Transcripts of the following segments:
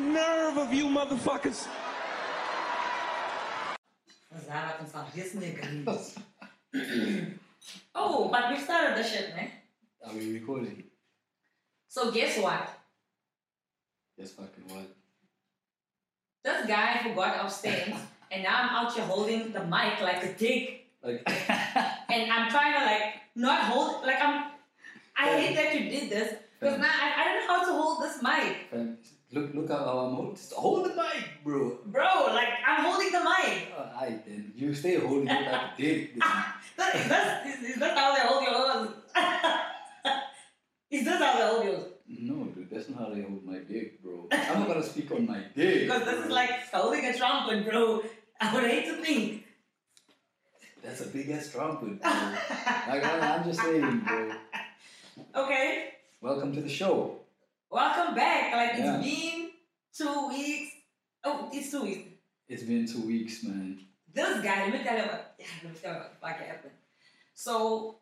of you motherfuckers. Zara can stop this nigga. oh, but we started the shit, man. Are we recording? So guess what? Yes, fucking what? This guy forgot upstairs, and now I'm out here holding the mic like a dick, Like, and I'm trying to like not hold like I'm. I hate that you did this because now I, I don't know how to hold this mic, fam, look, look at our mouth. Just hold the mic, bro. bro. Like I'm holding the mic. Alright then, you stay holding it like a dick. then. That, that's, is, is that how they hold yours? is this how they hold yours? No, dude, that's not how I hold my dick, bro. I'm not gonna speak on my dick. Because this is bro. like holding a trumpet, bro. I would hate to think. that's a big ass trumpet, bro. like I, I'm just saying, bro. Okay. Welcome to the show. Welcome back. Like Yeah. it's been two weeks. Oh, it's two weeks. It's been two weeks, man. This guy, let me tell you about yeah, let me tell you about what happened. So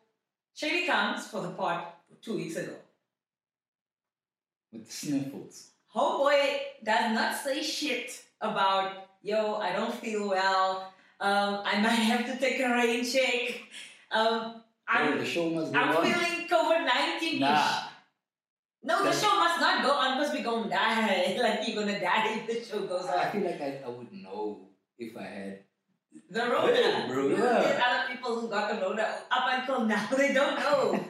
Shady comes for the pod two weeks ago. With sniffles. Homeboy does not say shit about yo, I don't feel well. Um, I might have to take a rain check. Um, Bro, the I'm show must go I'm on. feeling COVID nineteen. nah, No, the That's- show must not go on because we're gonna die. like you're gonna die if the show goes on. I feel like I, I would know if I had. The Rona. Yeah, bro, There's yeah. other people who got the Rona up until now. They don't know.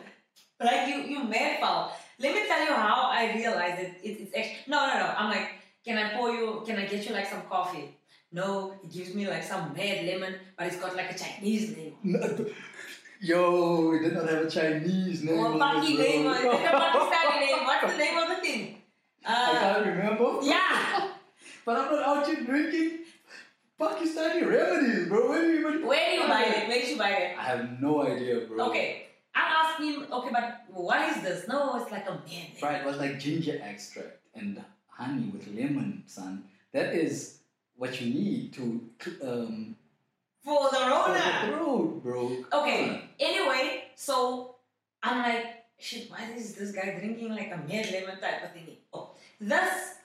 like you, you mad foul. Let me tell you how I realized it. it it's actually no, no, no. I'm like, can I pour you? Can I get you like some coffee? No, it gives me like some mad lemon, but it's got like a Chinese name. Yo, we did not have a Chinese name. Or on a it, Paki bro. name, or it's like a Pakistani name. What's the name of the thing? I Uh, can't remember. yeah. But I'm not out here drinking Pakistani remedies, bro. Where do you even? Where do you buy it? Where did you buy it? I have no idea, bro. Okay. I asked him, okay, but what is this? No, it's like a man. name. Right, it was like ginger extract and honey with lemon, son. That is what you need to um For the Rona. the road, bro. Okay. Anyway, so I'm like, shit, why is this guy drinking like a mere lemon type of thingy? Oh, this,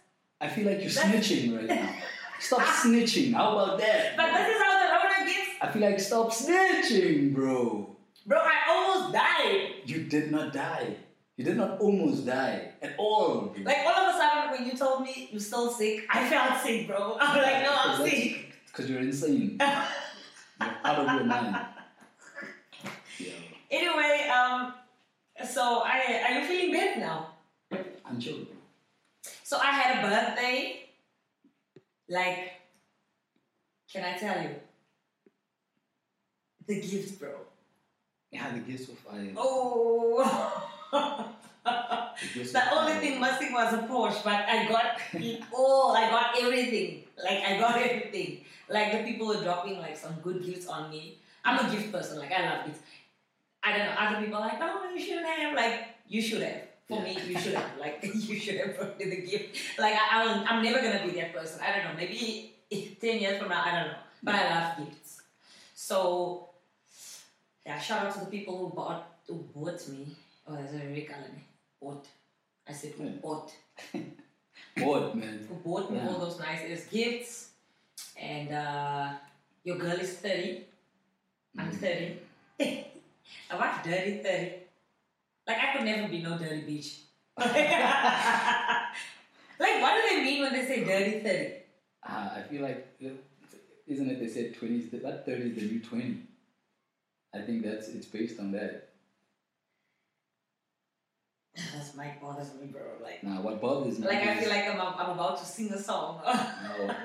I feel like you're That- snitching right now. Stop snitching. How about that? but bro? this is how the Rona gets. I feel like stop snitching, bro. Bro, I almost died. You did not die. You did not almost die at all. Bro. Like all of a sudden, when you told me you're still sick, I felt sick, bro. I'm like, no, I'm sick. Because you're insane. you're out of your mind. Yo, Anyway, um, so I are you feeling better now? I'm chill, bro. So I had a birthday. Like, can I tell you? The gift, bro. Yeah, the gifts were fire. Oh. The gifts the were only fire. thing missing was a Porsche, but I got oh, I got everything. Like I got everything. Like the people were dropping like some good gifts on me. I'm a gift person. Like I love gifts. I don't know. Other people are like, oh, you shouldn't have. Like you should have. For me, you should have. Like you should have brought me the gift. Like I, I'm, I'm never gonna be that person. I don't know. Maybe ten years from now, I don't know. But I love gifts. So yeah, shout out to the people who bought who bought me. Oh, that's a very color name. Bought. I said who Yeah. bought. Bored, man. Who bought me Yeah. all those nice ass gifts. And uh, your girl is 30. I'm Mm. 30. I watch Dirty 30. Like I could never be no dirty bitch. like what do they mean when they say dirty 30? Ah, I feel like, uh, isn't it? They said 20s, th- that 30 is the new 20. I think that's it's based on that. That's my bothers me, bro. Like Now, what bothers me? like I is- feel like I'm, I'm about to sing a song. No, what,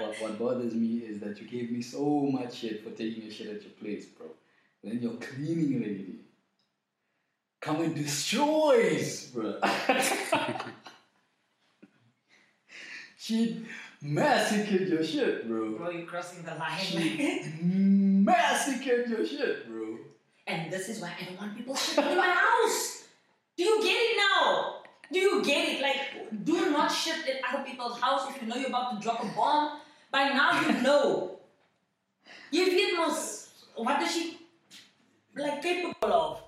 what, what bothers me is that you gave me so much shit for taking a shit at your place, bro. Then your cleaning lady come and destroys, bro. she massacred your shit, bro. bro, you're crossing the line. She massacred your shit, bro. And this is why I don't want people shitting in my house. Do you get it now? Do you get it? Like, do not shit in other people's house if you know you're about to drop a bomb. By now you know. You get most. What is she like capable of? Like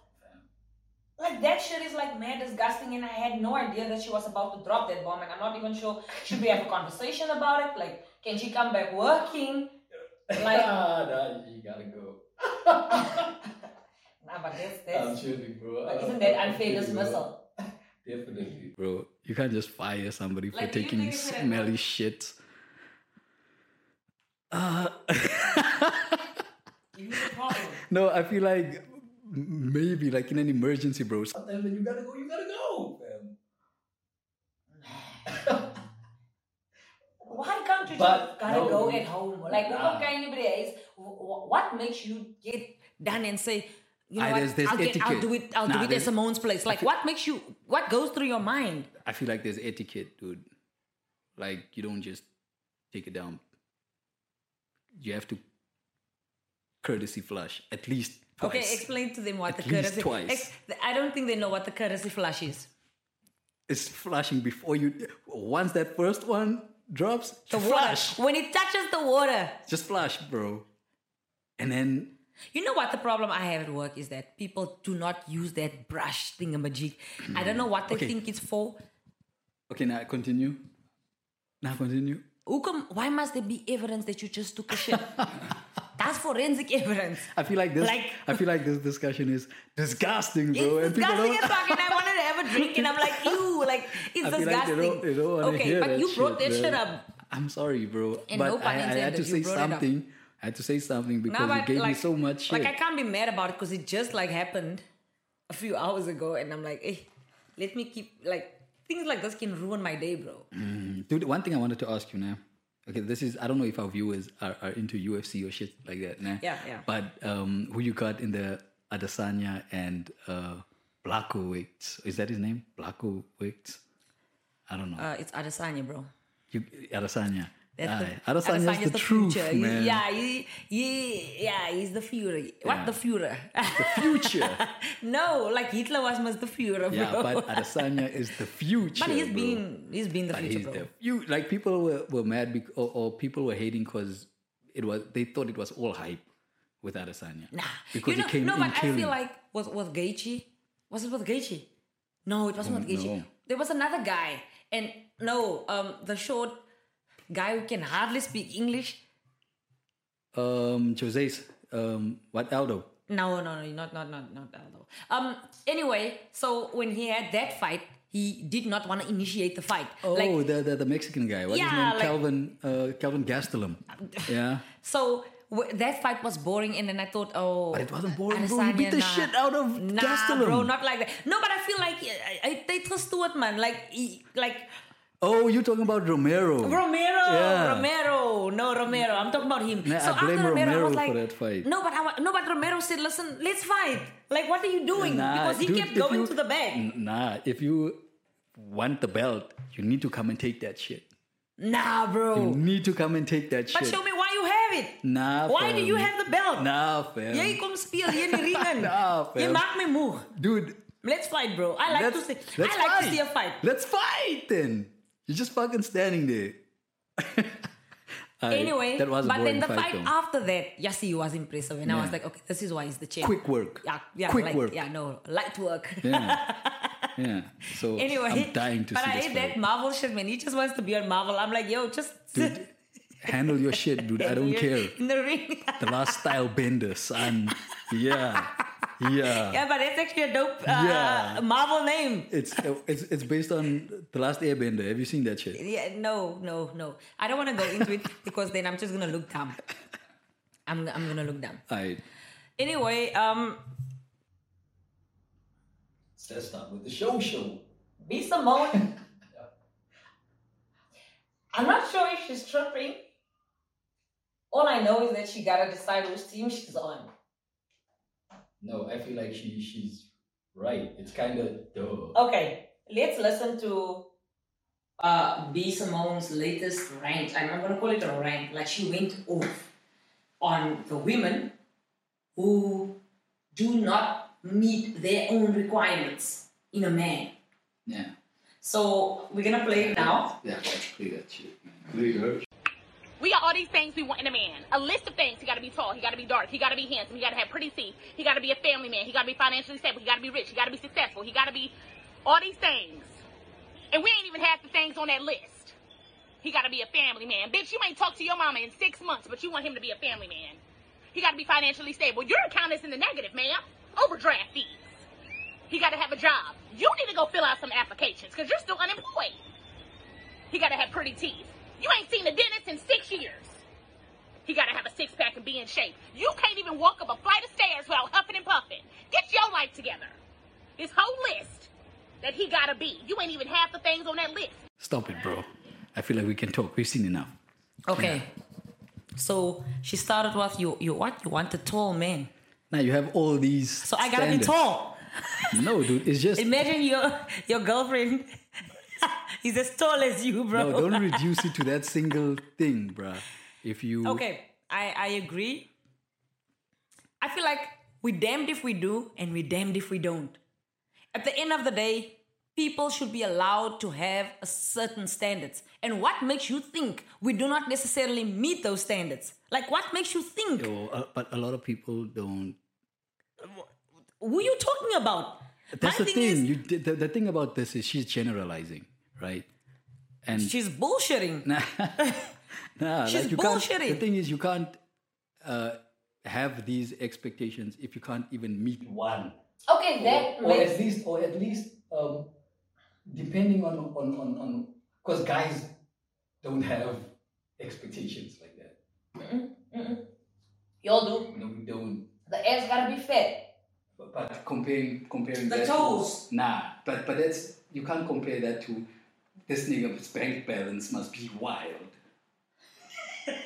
like that shit is like mad disgusting, and I had no idea that she was about to drop that bomb, and I'm not even sure should we have a conversation about it? Like, can she come back working? Like, ah, nah, you gotta go. nah, but that's I'm that's. joking, bro. But I'm- isn't that I'm unfair kidding, bro. dismissal? Definitely, bro. You can't just fire somebody for Like, do you taking think it's gonna smelly work? shit. Uh, You the problem. no, I feel like m- maybe like in an emergency, bro. Sometimes when you gotta go, you gotta go, fam. Why can't you But just gotta no, go you- at home? Like, Nah. what can anybody else? wh- What makes you get done and say, you know Ah, what? there's- there's I'll, get, I'll etiquette. do it. I'll Nah, do it at there's- Simone's place. Like, what makes you? What goes through your mind? I feel like there's etiquette, dude. Like you don't just take it down. You have to courtesy flush at least twice. Okay, explain to them what At the least courtesy. twice. I don't think they know what the courtesy flush is. It's flashing before you. Once that first one drops, The flush. water. When it touches the water, Just flash, bro. And then You know what the problem I have at work is that people do not use that brush thingamajig. I don't know what they Okay. think it's for. okay, now continue. Now continue. Who come, why must there be evidence that you just took a shit? That's forensic evidence. I feel like this. Like- I feel like this discussion is disgusting, It's bro. and people disgusting don't. as fuck, and I wanted to have a drink, and I'm like, ew, like it's I feel like they disgusting. don't, they don't want to okay, hear but that you brought shit, that shit bro. up. I'm sorry, bro. And but no pun I, I had intended, to you say brought it up. something. I had to say something because Nah, you but gave like, me so much shit. Like I can't be mad about it because it just like happened a few hours ago, and I'm like, eh, let me keep like things like this can ruin my day, bro. Dude, one thing I wanted to ask you now. Okay, this is I don't know if our viewers are, are into UFC or shit like that. Nah. Yeah, yeah. But um, who you got in the Adesanya and uh, Blackowitz? Is that his name? Blackowitz? I don't know. Uh, it's Adesanya, bro. you, Adesanya. That's Aye. Adesanya's Adesanya's the, truth, future. He- man. Yeah, he, he, yeah, he's the Fuhrer. What Yeah. the Fuhrer? Future. no, like Hitler was most the Fuhrer, bro. yeah, but Adesanya is the future. But he's bro. been he's been the But future, he's bro. the you like people were, were mad bec- or, or people were hating because it was they thought it was all hype with Adesanya. Nah, because you know, he came no, in but I killing. feel like was was Gaethje? Was it with Gaethje? No, it wasn't with Gaethje. no. There was another guy, and no, um, the short guy who can hardly speak English. um Jose's um what Aldo. No, no, no, not not not not Aldo. Um. Anyway, so when he had that fight, he did not want to initiate the fight. Oh, Like, the, the the Mexican guy. What's his Yeah, name? like- Calvin uh, Calvin Gastelum. yeah, so w- that fight was boring, and then I thought, oh, but it wasn't boring, bro. You Adesanya, beat the nah. shit out of Nah, Gastelum. bro, not like that. No, but I feel like I, I, they trust Stewart, man. Like, he, like oh, you're talking about Romero. Romero, Yeah. Romero. No, Romero. I'm talking about him. Nah, so I blame after Romero, I Romero was like, for that fight. no, but I, wa- no, but Romero said, listen, let's fight. Like, what are you doing? Nah, because he dude, kept if going you- Mm. to the back. N- Nah, if you want the belt, you need to come and take that shit. Nah, You bro. need to come and take that But shit. show me why you have it. Nah, Why do fam. you have the belt? Nah, fam. Jy kom speel hier in die ring in. Nah, Jy fam. maak my moeg. Dude, Let's fight, bro. I like to let's- see I let's like fight. to see a fight. Let's fight then. You're just fucking standing there. Alright, Anyway, that was a but then boring the fight, fight, though. after that, Yassi was impressive, and I was Yeah. like, okay, this is why he's the champ. Quick work. Yeah, yeah, Quick like, work. Yeah, no, light work. Yeah. yeah. So Anyway, I'm dying to but see I this hate fight. that Marvel shit, man. He just wants to be on Marvel. I'm like, yo, just Dude, handle your shit, dude. I don't care. in the ring. The last style bender, son. Yeah. Yeah. yeah, but that's actually a dope uh, Yeah. Marvel name. It's it's it's based on the last Airbender. Have you seen that shit? Yeah, no, no, no. I don't want to go into it because then I'm just gonna look dumb. I'm I'm gonna look dumb. I Anyway, um, let's start with the show show. be Simone. I'm not sure if she's tripping. All I know is that she gotta decide which team she's on. No, I feel like she she's right. It's kind of duh. Okay, let's listen to uh, B. Simone's latest rant. I'm not going to call it a rant. Like she went off on the women who do not meet their own requirements in a man. Yeah. So we're going to play it now. Yeah, let's play that shit, man. Play her. We got all these things we want in a man. A list of things. He gotta be tall. He gotta be dark. He gotta be handsome. He gotta have pretty teeth. He gotta be a family man. He gotta be financially stable. He gotta be rich. He gotta be successful. He gotta be all these things. And we ain't even half the things on that list. He gotta be a family man. Bitch, you ain't talked to your mama in six months, but you want him to be a family man. He gotta be financially stable. Your account is in the negative, ma'am. Overdraft fees. He gotta have a job. You need to go fill out some applications because you're still unemployed. He gotta have pretty teeth. You ain't seen a dentist in six years. He gotta have a six pack and be in shape. You can't even walk up a flight of stairs without huffing and puffing. Get your life together. This whole list that he gotta be. You ain't even half the things on that list. Stop it, bro. I feel like we can talk. We've seen enough. Okay. So she started with you. You what? You want a tall man. Now you have all these. So I gotta standards. be tall. No, dude, it's just Imagine your your girlfriend is as tall as you, bro. no. Don't reduce it to that single thing, bruh. If you Okay, I I agree. I feel like we damned if we do and we damned if we don't. At the end of the day, people should be allowed to have a certain standards. And what makes you think we do not necessarily meet those standards? Like what makes you think? Yo, uh, but a lot of people don't. Who you talking about? That's My the thing, thing. is you the, the, the thing about this is she's generalizing, right? And she's bullshitting. nah, she's like you can't- The bullshitting. thing is, you can't uh, have these expectations if you can't even meet one, Okay, that or at least, or at least, um, depending on on on on, because guys don't have expectations like that. y'all do. No, we don't. The ass gotta be fat. But, but comparing comparing The that to- toes. nah, but but that's you can't compare that to this nigga's bank balance must be wild.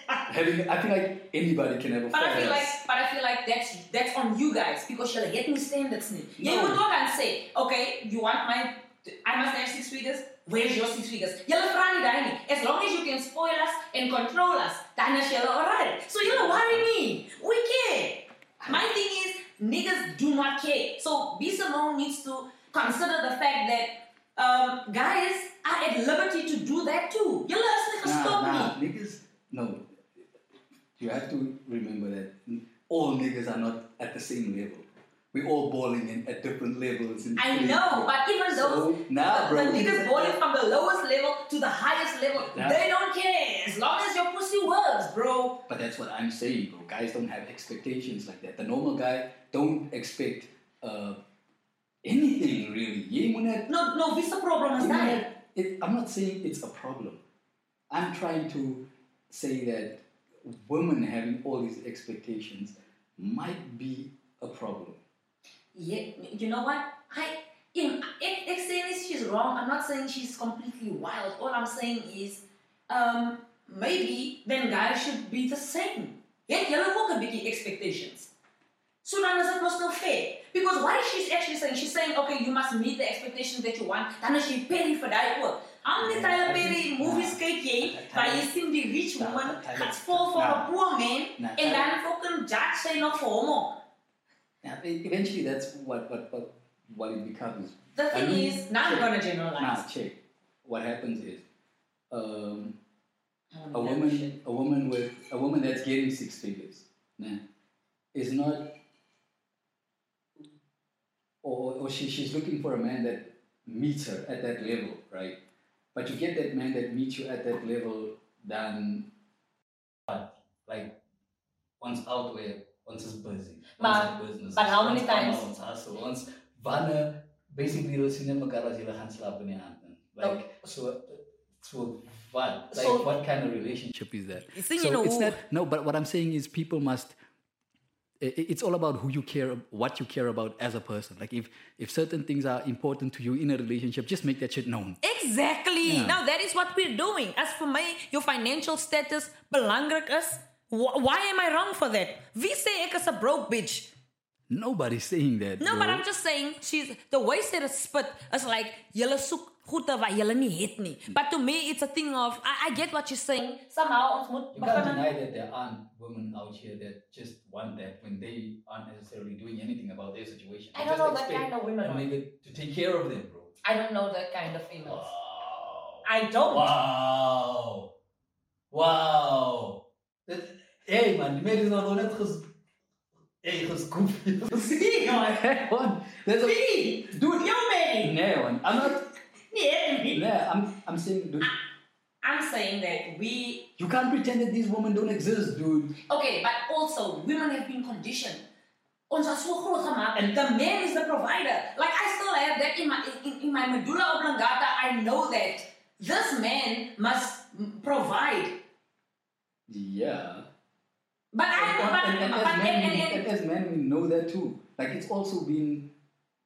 Having, I think like anybody can have a But I feel like, balance. but I feel like that's that's on you guys because you're getting standards. No. Yeah, you No. would not and say, okay, you want my, I must have six figures. Where's your six figures? You're frani dani. As long as you can spoil us and control us, dana shall alright. So you don't worry me. We care. My thing is, niggas do not care. So B Simone needs to consider the fact that um, guys are at liberty to do that too. You're like, nah, stop nah, me. niggas. No, you have to remember that all niggas are not at the same level. We all balling in, at different levels. In I know, but even those So, nah, the, bro. the niggas balling from the lowest level to the highest level, Nah. they don't care. As long as your pussy works, bro. But that's what I'm saying, bro. Guys don't have expectations like that. The normal guy don't expect uh, anything really. Yeah, Munat, No, no, this is a problem is yeah, not Munat, it- I'm not saying it's a problem. I'm trying to say that women having all these expectations might be a problem. Yeah, you know what? I in if, if saying this she's wrong, I'm not saying she's completely wild. All I'm saying is, um, maybe then guys should be the same. Yeah, yellow walker biggie expectations. Sudan is supposed to fair. Because what is she actually saying? She's saying, okay, you must meet the expectations that you want. Then she pay for that work. How many Tyler Perry movies cake yeah, by a Cindy rich woman that's fall for a poor man Nah. and then fucking judge say no for more? Now, e- eventually, that's what what what, what it becomes. The I thing mean, is, now I'm check. gonna generalize. Now, ah, check. What happens is. Um, Um, a that shit. woman a woman with a woman that's getting six figures nah, is not or, or she, she's looking for a man that meets her at that level right but you get that man that meets you at that level than like once out where once is busy once But- is business but how many once times- come out, once hustle once vana basically those in like so so what like So- what kind of relationship is that You think you know it's who- not no but what i'm saying is people must i- i- it's all about who you care what you care about as a person like if if certain things are important to you in a relationship just make that shit known Exactly. Yeah. Now that is what we're doing. As for my your financial status, belangrik us. Wh- Why am I wrong for that? We say ek is a broke bitch. nobody's saying that No, bro. but I'm just saying she's the way she is spit is like julle soek goede wat julle nie het nie. But to me it's a thing of I, I get what you're saying. Somehow ons moet You can't begin- deny that there aren't women out here that just want that when they aren't necessarily doing anything about their situation. I They don't just know that expect kind of women. a nigga to take care of them, bro. I don't know that kind of females. Wow. I don't. Wow. Wow. That- Hey man, die meiden zijn al net ges... Hey, gescoop. See, man. Hey, man, There's a See, dude. you man. No, man. I'm not. Yeah, me. No, I'm. I'm saying, dude, I'm saying that we you can't pretend that these women don't exist, dude. okay, but also women have been conditioned. Ons was so groot gemaakt and the man is the provider. Like I still have that in my in, in my medulla oblongata. I know that this man must provide. Yeah. But I and, and, but, as but men, and, we- and, and as men, we know that too. Like it's also been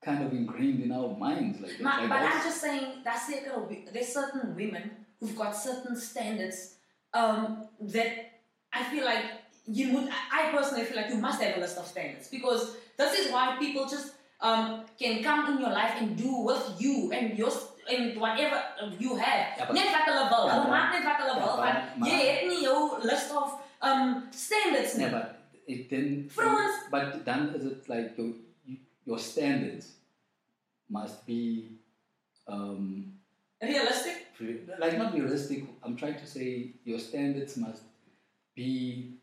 kind of ingrained in our minds, like that. Ma- Like, but I'm also- just saying that's certain wi- there's certain women who've got certain standards um, that I feel like you would I I personally feel like you must have a list of standards because this is why people just um, can come in your life and do with you and your s- and whatever you have. Yeah, but- Net wat hulle wil. Ja, Hulle maar- maak net wat hulle Ja, wil maar- want maar- jy het nie jou list of um, standards nie. yeah, but it then. Frauds. But then is it like your your standards must be um Realistic re- like not realistic. I'm trying to say your standards must be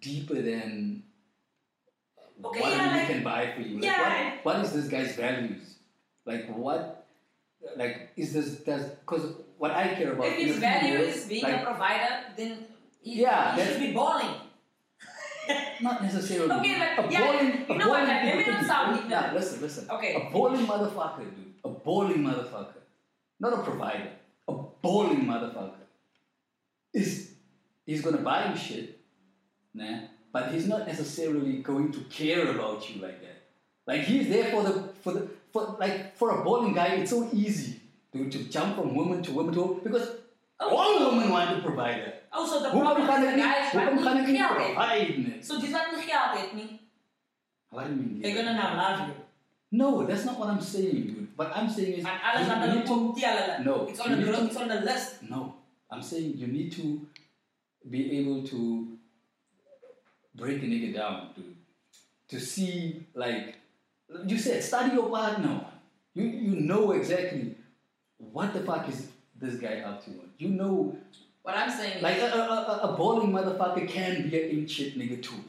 deeper than Okay, what yeah, we like- can buy for you. Like, yeah. what, what is this guy's values? Like what? Like is this does because what I care about If his is value people, is being a like, provider, then he, Yeah, he that's- should be balling. not necessarily Okay, but a yeah, balling, you a know what, balling like, let me not dude. sound Nah, ignorant. listen, listen. Okay. A balling motherfucker, dude. A balling motherfucker, not a provider. A balling motherfucker is he's gonna buy you shit, nah. But he's not necessarily going to care about you like that. Like he's there for the for the for like for a balling guy, it's so easy to, to jump from woman to woman to woman because all women want a provider. Also, Oh, the Hoekom problem kan is ek the nie guys hoekom kan want ek nie nie geld het. provide nie? So dis wat nie geld het nie. What do you mean? They're gonna now love you. No, that's not what I'm saying, dude. What I'm saying is And alles wat you hulle need to- kom tel hulle. No, It's on you the need gro- to- it's on the list. No, I'm saying you need to be able to break a nigga down, dude. To see, like, you said, study your partner. You you know exactly what the fuck is this guy up to. You know, What I'm saying is like a, a, a, a balling motherfucker can be an ancient nigga too.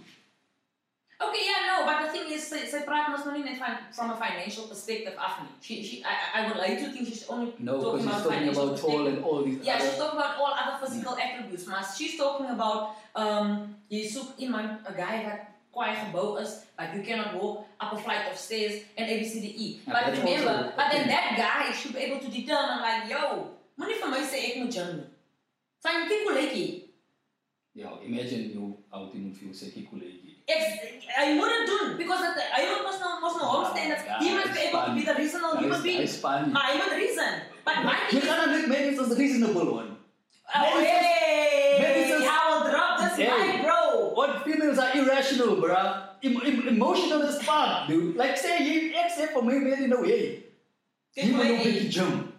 Okay, yeah, no, but the thing is, sy, sy praat mos nou nie net van from a financial perspective af nie. She, she, I, I- I would like to think she's only No, talking because he's about talking financial about tall perspective. and all these. Yeah, other- she's talking about all other physical attributes, maar she's talking about um jy soek iemand 'n guy wat kwaai gebou is, but you cannot walk up a flight of stairs and ABCDE. Ja, E. but that's remember, also- but then that guy should be able to determine like, yo, moenie vir my sê ek moet gym nie. Fyn kikuletjie. yeah, imagine you out in feel sekikulegi. Ek I wouldn't do because that, I don't must know must know home standards. Ja, He must be is able to fun. be the reasonable human being. Maar hy moet reason. But my You cannot make maybe it's a reasonable one. Oh, Maybe it's- maybe it's hey, just- I will drop this Hey. mic, bro. What females are irrational, bruh. Em- em- emotional as fuck, dude. Like say you except for me, really no way. Kijk You hoe know hy Vicky jump.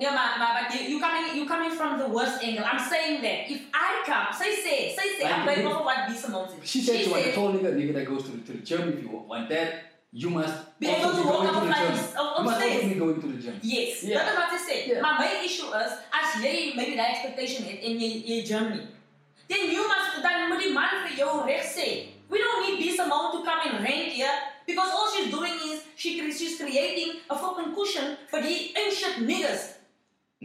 No, but, but, but you, you coming you coming from the worst angle. I'm saying that if I come, say say say say I'm Like, going for what B Simone said. She said she was a tall nigga, nigga that goes to the, to the gym. If you want that, you must Be also able to walk going up to a the flight of- gym. of You must also stairs. be going to the gym. Yes, Yeah. that is what I said. Yeah. My main issue is as jy maybe the expectation in in jy- jy Germany. Then you must then moet die man vir jou reg sê. We don't need B Simone to come and rank here because all she's doing is she cre- she's creating a fucking cushion for the ancient niggas.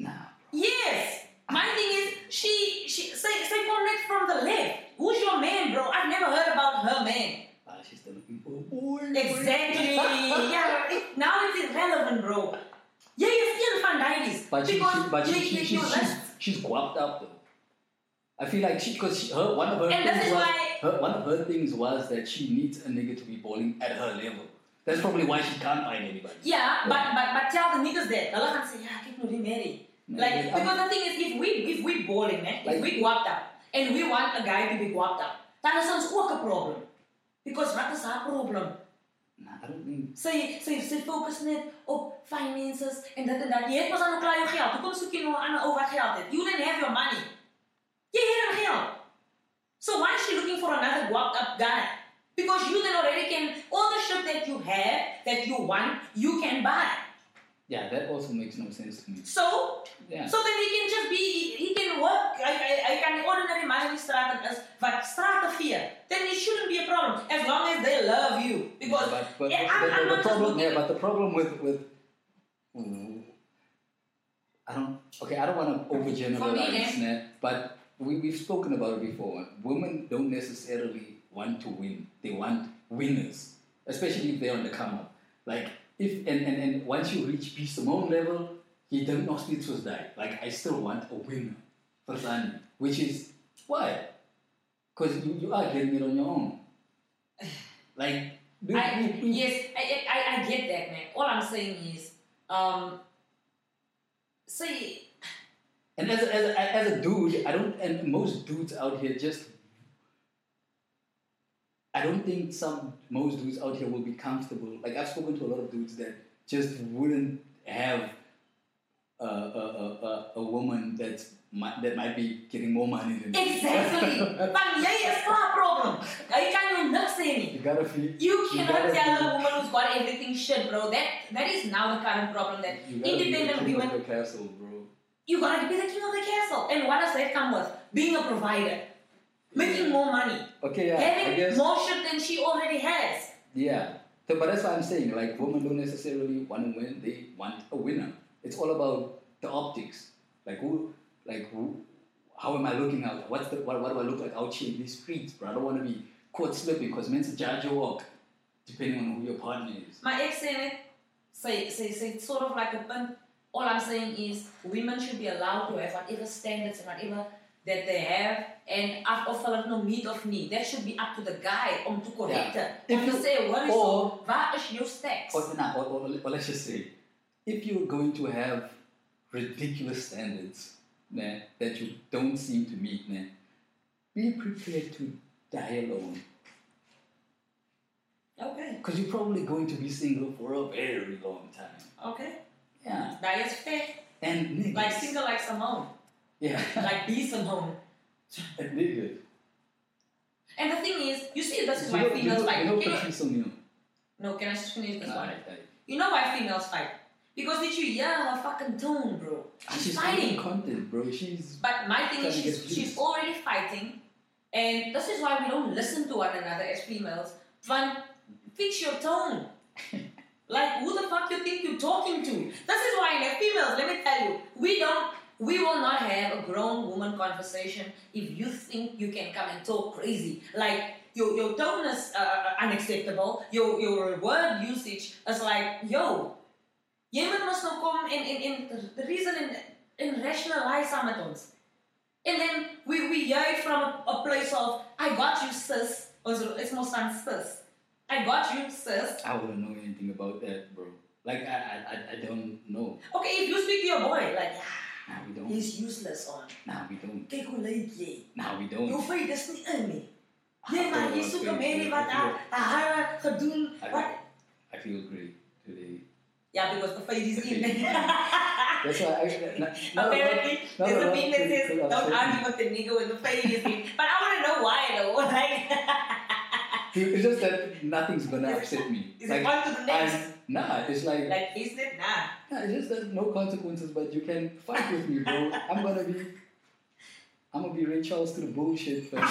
Nah. Yes. My thing is, she she say say from next from the left. Who's your man, bro? I've never heard about her man. Ah, she's still looking for a boy. Exactly. yeah. it- Now it's irrelevant, bro. Yeah, you still find ideas But she, because she, but she, you, she, you, she, you she's, she's guapped up though. I feel like she, because she, her one of her And this things is was why- her, one of her things was that she needs a nigga to be balling at her level. That's probably why she can't find anybody. yeah, but but but tell the niggas that. Hulle gaan sê, yeah, keep moving married. No, Like but I'm- because the thing is, if we if we balling, man, if Like- we guapped up and we want a guy to be guapped up, that is ons ook 'n problem. Because what is our problem? Nah, I don't think. Sy sy sy fokus net op finances en dit en dat. Jy het mos aan 'n klein geld. Hoekom soek jy nou 'n ander ou wat geld het? You didn't have your money. Jy het hom geld. So why is she looking for another walked up guy? Because you then already can all the shit that you have that you want, you can buy. Yeah, that also makes no sense to me. So, Yeah. so then he can just be, he- he can work, I, I, I can ordinary man stratum as, but stratosphere, then it shouldn't be a problem, as long as they love you, because, but, but yeah, the, I'm, the- I'm the not problem, just yeah, but the problem with with mm, I don't okay, I don't want to overgeneralize, For me, eh? nah, but we we've spoken about it before. Women don't necessarily want to win; they want winners, especially if they're on the come up. Like if and, and, and once you reach P Simone level, he didn't know it was that. Like I still want a winner for Zani, which is why, because you, you are getting it on your own. Like we- I, we- we- yes, I, I- I, I get that, man. All I'm saying is, um, see, And as a, as, a, as a dude, I don't, and most dudes out here just, I don't think some, most dudes out here will be comfortable. Like, I've spoken to a lot of dudes that just wouldn't have a, a, a, a, a woman that's, mi- that might be getting more money than them. exactly, but yeah, it's not a problem. I can't even say anything. You gotta feel, You You cannot gotta tell be- a woman who's got everything shit, bro. That that is now the current problem. That you gotta be the independent king women, of the castle, bro. you gotta be the king of the castle. And what does that come with? Being a provider, making more money, Okay, yeah, I having guess, more shit than she already has. yeah. So, but that's what I'm saying, like, women don't necessarily want to win, they want a winner. It's all about the optics. Like who, like who, how am I looking out? What's the what, what do I look like out here in these streets, bro? I don't want to be caught slipping because men's judge your walk, depending on who your partner is. My ex said it. Say say say it's sort of like a pun. All I'm saying is women should be allowed to have whatever standards and whatever that they have and after all have no need of me. That should be up to the guy om to correct her. If Om you- to say what is or- waar is your stacks? Or, nah, or, or, or let's just say, if you're going to have ridiculous standards nah, that you don't seem to meet, nah, be prepared to die alone Okay. because you're probably going to be single for a very long time. Okay. Yeah, That is fair. and niggas, Like single like Simone. yeah, Like be Simone. and niggas. And the thing is, you see this is You why know- you know- females fight. you know Can you- Patrice O'Neal? no, can I just finish this one? Alright, alright. You know why females fight? Because did you hear her fucking tone, bro? Ah, She's fighting. fighting content, bro. She's But my thing is, Trying to get she's, views. she's already fighting, and this is why we don't listen to one another as females. One, fix your tone. like, who the fuck you think you're talking to? This is why, as females, let me tell you, we don't. We will not have a grown woman conversation if you think you can come and talk crazy. Like your, your tone is uh, unacceptable. Your your word usage is like yo. Yemen must not come and in in the reason in and rationalize some of those. And then we, we hear it from a, a place of, I got you, sis. Or so- It's more son, sis. I got you, sis. I wouldn't know anything about that, bro. Like I I, I, I don't know. Okay, if you speak to your boy, like, Now we "Ah, don't. he's useless on. Now we don't. Kyk hoe lyk jy. Now we Jou don't. vyf is nie in nie. Jy maar hier soek 'n menie wat haar haar hare gedoen I wat feel, I feel great today. Ja, because the vyf is in. That's why I. Not, not Apparently, no, there's a no, thing that no, says no, no, don't no. argue with the nigga when the vyf is in. But I want to know why though. Like, It's just that nothing's gonna upset me. is it Like, on to the next? I'm, nah, it's like, Like, is it nah? nah, it's just that no consequences, but you can fight with me, bro. I'm gonna be, I'm gonna be Ray Charles to the bullshit. fam.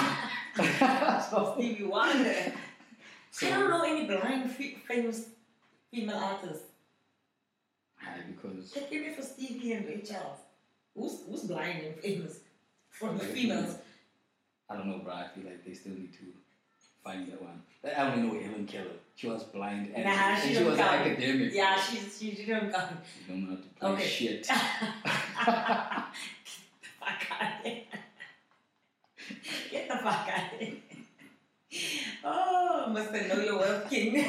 so, Stevie Wonder. So- I don't know any blind fe- famous female artists. Aye, because Check it for Stevie and Ray Charles. Who's who's blind and famous from the females? I don't know, bro. I feel like they still need to find that one. Like, I only know Helen Keller. She was blind and, Nah, and she she, don't was an count. academic. Yeah, she's she didn't come. She don't know how to play Okay. shit. Fuck out here. Get the fuck out here. Oh, Mr. Know Your Worth King.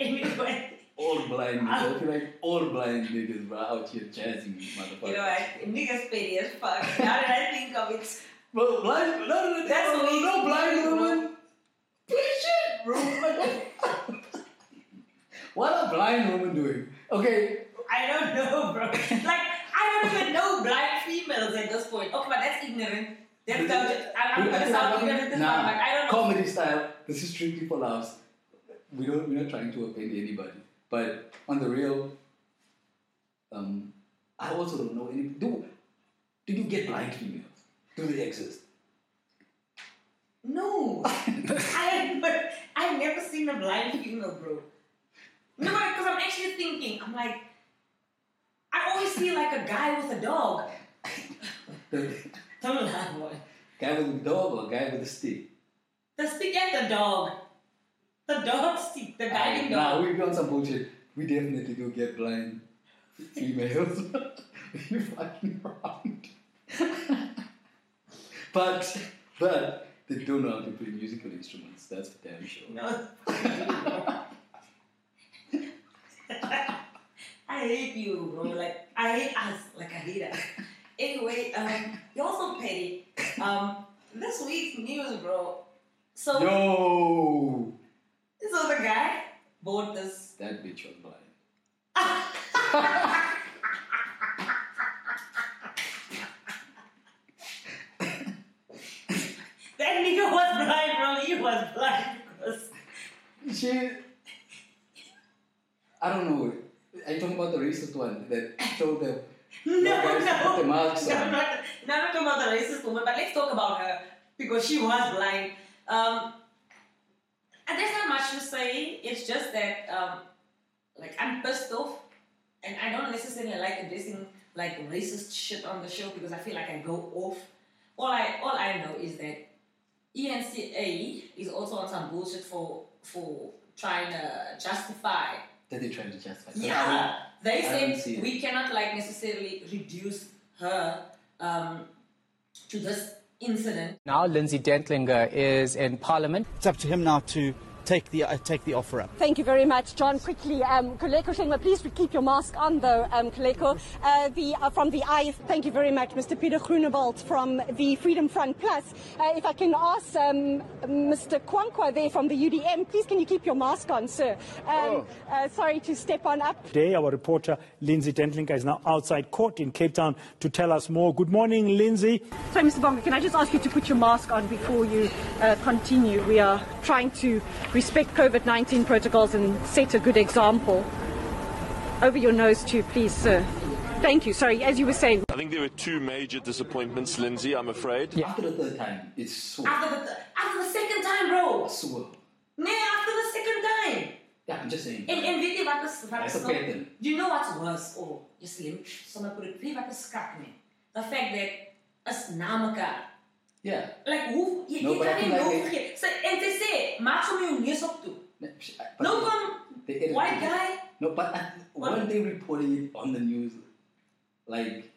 anyway. all blind niggas. I feel like all blind niggas, bro, out here jazzing these motherfuckers. You know, I, niggas petty as fuck. Now that I think of it, Bro, blind, no, no, no, That's no, weak. no blind woman. Play shit, bro. Like, what are blind women doing? Okay, I don't know, bro. Like, I don't even know black females at this point. Okay, but that's ignorant. That's This sound, is- I'm, I'm this gonna is sound like- ignorant as nah. fuck. Like, I don't know. comedy style. This is strictly for laughs. We don't, we're not trying to offend anybody. But on the real, um, I also don't know any. Do do you get blind females? Do they exist? No, I but I've never seen a blind female, bro. No, because I'm actually thinking. I'm like, I always see like a guy with a dog. The Don't laugh, boy. guy with a dog or guy with a stick? The stick and the dog. The dog stick. The guiding dog. Nah, we've done some bullshit. We definitely do get blind females. you fucking round. but but they don't know how to play musical instruments. That's for damn sure. No. I hate you, bro. Like I hate us. Like I hate us. Anyway, um, you're also petty. Um, this week's news, bro. So, Yo, so the guy bought this. that bitch was blind. That nigga was blind, bro. He was blind because She. I don't know. Are you talking about the racist one that showed the no, no, guys no, put the masks no, on? not, no, not talking about the racist woman, but let's talk about her because she was blind. Um, and there's not much to say. It's just that, um, like, I'm pissed off, and I don't necessarily like addressing like racist shit on the show because I feel like I go off. All I all I know is that E ENCA is also on some bullshit for for trying to justify that they tried to justify. yeah, they I don't see said it. we cannot like necessarily reduce her um, to this incident. Now, Lindsay Dentlinger is in Parliament. It's up to him now to take the, uh, take the offer up. Thank you very much, John. Quickly, um, Koleko Shengwa, please keep your mask on, though, um, Koleko. Uh, the, uh, from the IF, thank you very much, Mr. Peter Grunewald from the Freedom Front Plus. Uh, if I can ask um, Mr. Kwankwa there from the UDM, please can you keep your mask on, sir? Um, uh, sorry to step on up. Today, our reporter Lindsay Dentlinger is now outside court in Cape Town to tell us more. Good morning, Lindsay. Sorry, Mr. Bonga, can I just ask you to put your mask on before you uh, continue? We are trying to respect COVID 19 protocols and set a good example. Over your nose, too, please, sir. Thank you. Sorry, as you were saying. I think there were two major disappointments, Lindsay, I'm afraid. After the third time, it's so After the after the second time, bro. so. Nah, after the second time. Yeah, I'm just saying. En, en weet je wat is, wat That's is a nog- pattern. You know what's worse? Oh, je slim. Sommer put it, weet je wat is kak, man? The fact that us na elkaar. Yeah. Like, hoe, je, No, je but I kan feel niet like overgeven. Ze- En ze zei, maak ze me je neus op toe. No, sh- I- but No, they- come, they edited white it. guy. No, but I, weren't they reporting it on the news? Like,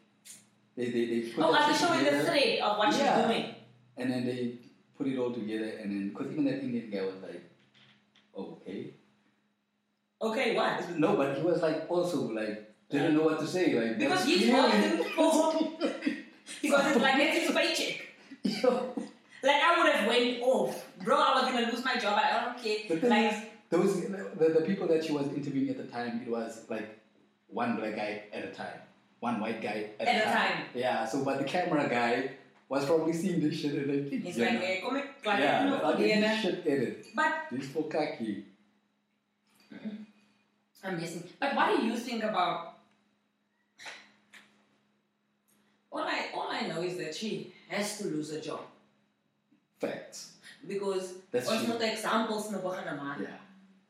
they they they put Oh, that I was shit showing the together, thread of what Yeah. she's doing. and then they put it all together, and then because even that Indian guy was like, okay, Okay, what? no, but he was like also like didn't know what to say, like Because that's he's clearly- working for because it's like that's his paycheck. Yo, Like I would have went off, bro. I was gonna lose my job. I don't the care. thing Like is, those the, the people that she was interviewing at the time, it was like one black guy at a time, one white guy at, At a time. Yeah. So, but the camera guy was probably seeing this shit and like, it's you like, know. eh, come here, like, yeah, look but how for the did other- this shit edit? But This for khaki. amazing. But what do you think about? All I all I know is that she has to lose her job Facts. because That's ons true. moet examples na begin maak. Yeah.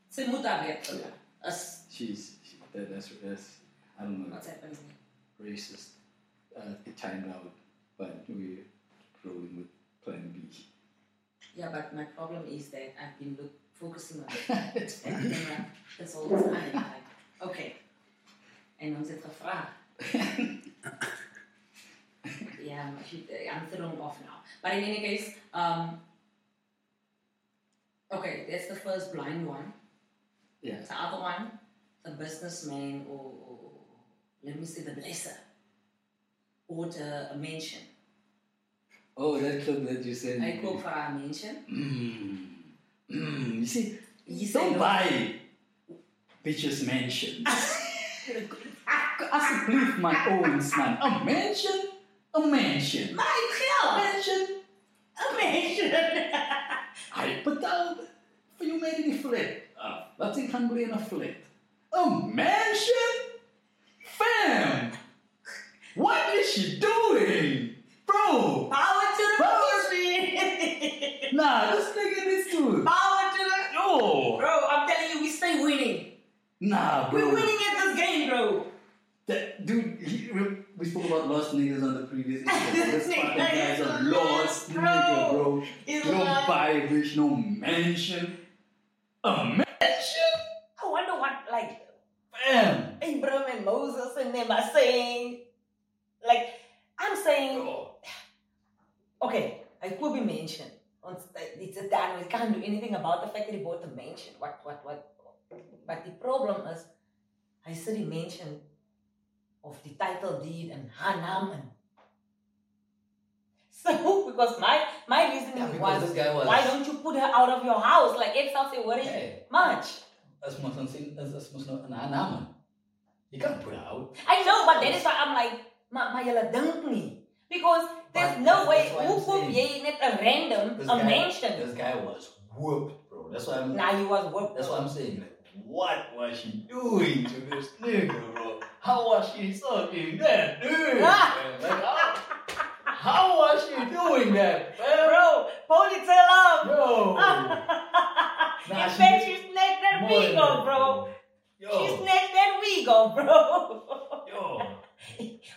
Sy moet daar weer terug. Yeah. As She's she, that, that's that's I don't know what's happening. racist. Uh, it timed out, but we're rolling with Plan B. Yeah, but my problem is that I've been look, focusing on it. it's En fine. ik denk, ja, dat is al het aan. Ja, Oké. En dan zit gevraagd. ja, maar she, I'm thrown off now. But in any case, um, okay, that's the first blind one. Yeah. The other one, the businessman or, or let me say the blesser, bought a, a mansion. Oh, that clip that you sent. I me. go for a mansion. Mm. Mm. You see, You say don't no. buy bitches mansions. I split my own man. A mansion? A mansion. My God, mansion. a mansion. I put out for you made in a flat. Uh, that's in Hungary in a flat. A mansion? Fam! What is she doing? Bro! Power to the Power. ministry. Nah, this nigga needs to. Power to the. Yo! Bro, I'm telling you, we stay winning. Nah, bro. We're winning at this game, bro. That, dude, he, we- we spoke about lost niggas on the previous episode. This Nigga fucking guy's is a lost, lost bro. nigga, bro. He's no lost. vibration, no mansion. A mansion? I wonder what, like, Fam! Abraham and Moses and them are saying. Like, I'm saying, okay, I could be mentioned. Once uh, It's a done. We can't do anything about the fact that he bought the mansion. What, what, what? But the problem is, I said the mention of the title deed and Hanaman. So, because my my reasoning Yeah, because was, this guy was- why don't you put her out of your house? Like, ex house, what is Yeah. much? As much as as as much as an anaman. You can't put her out. I know, but that is why I'm like, ma, ma julle dink nie. Because there's But no that's way what I'm hoe kom saying. jy net 'n random This 'n guy- mansion. This guy was whooped, bro. That's why I'm. Now you was work. That's what I'm saying. Like, what was she doing to this nigga, bro? How was she sucking that dude? man? Like, how, how was she doing that, man? Bro, ponytail up. Yo. In Nah, fact, she did- she snatched that More than Wigo, that, bro. She Yo. snatched that Wigo, bro. Yo.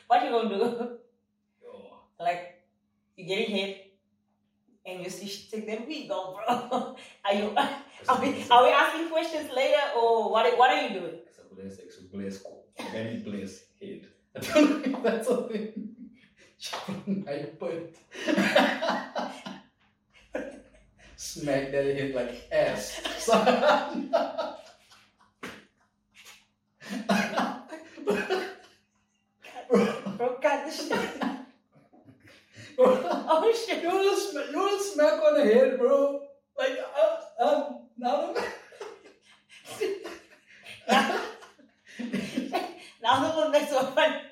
what you gonna do? Yo. Like, you getting hit and you see she take that Wigo, bro. Are you? Are we, are we asking questions later or what? What are you doing? It's a bless, it's a bless call. Very bless head. I don't know if that's a thing. I put. Smack that head like ass. Bro, cut this shit. you Oh shit. don't smack, you don't smack on the head, bro. Like, I, I'm not Now the one next one.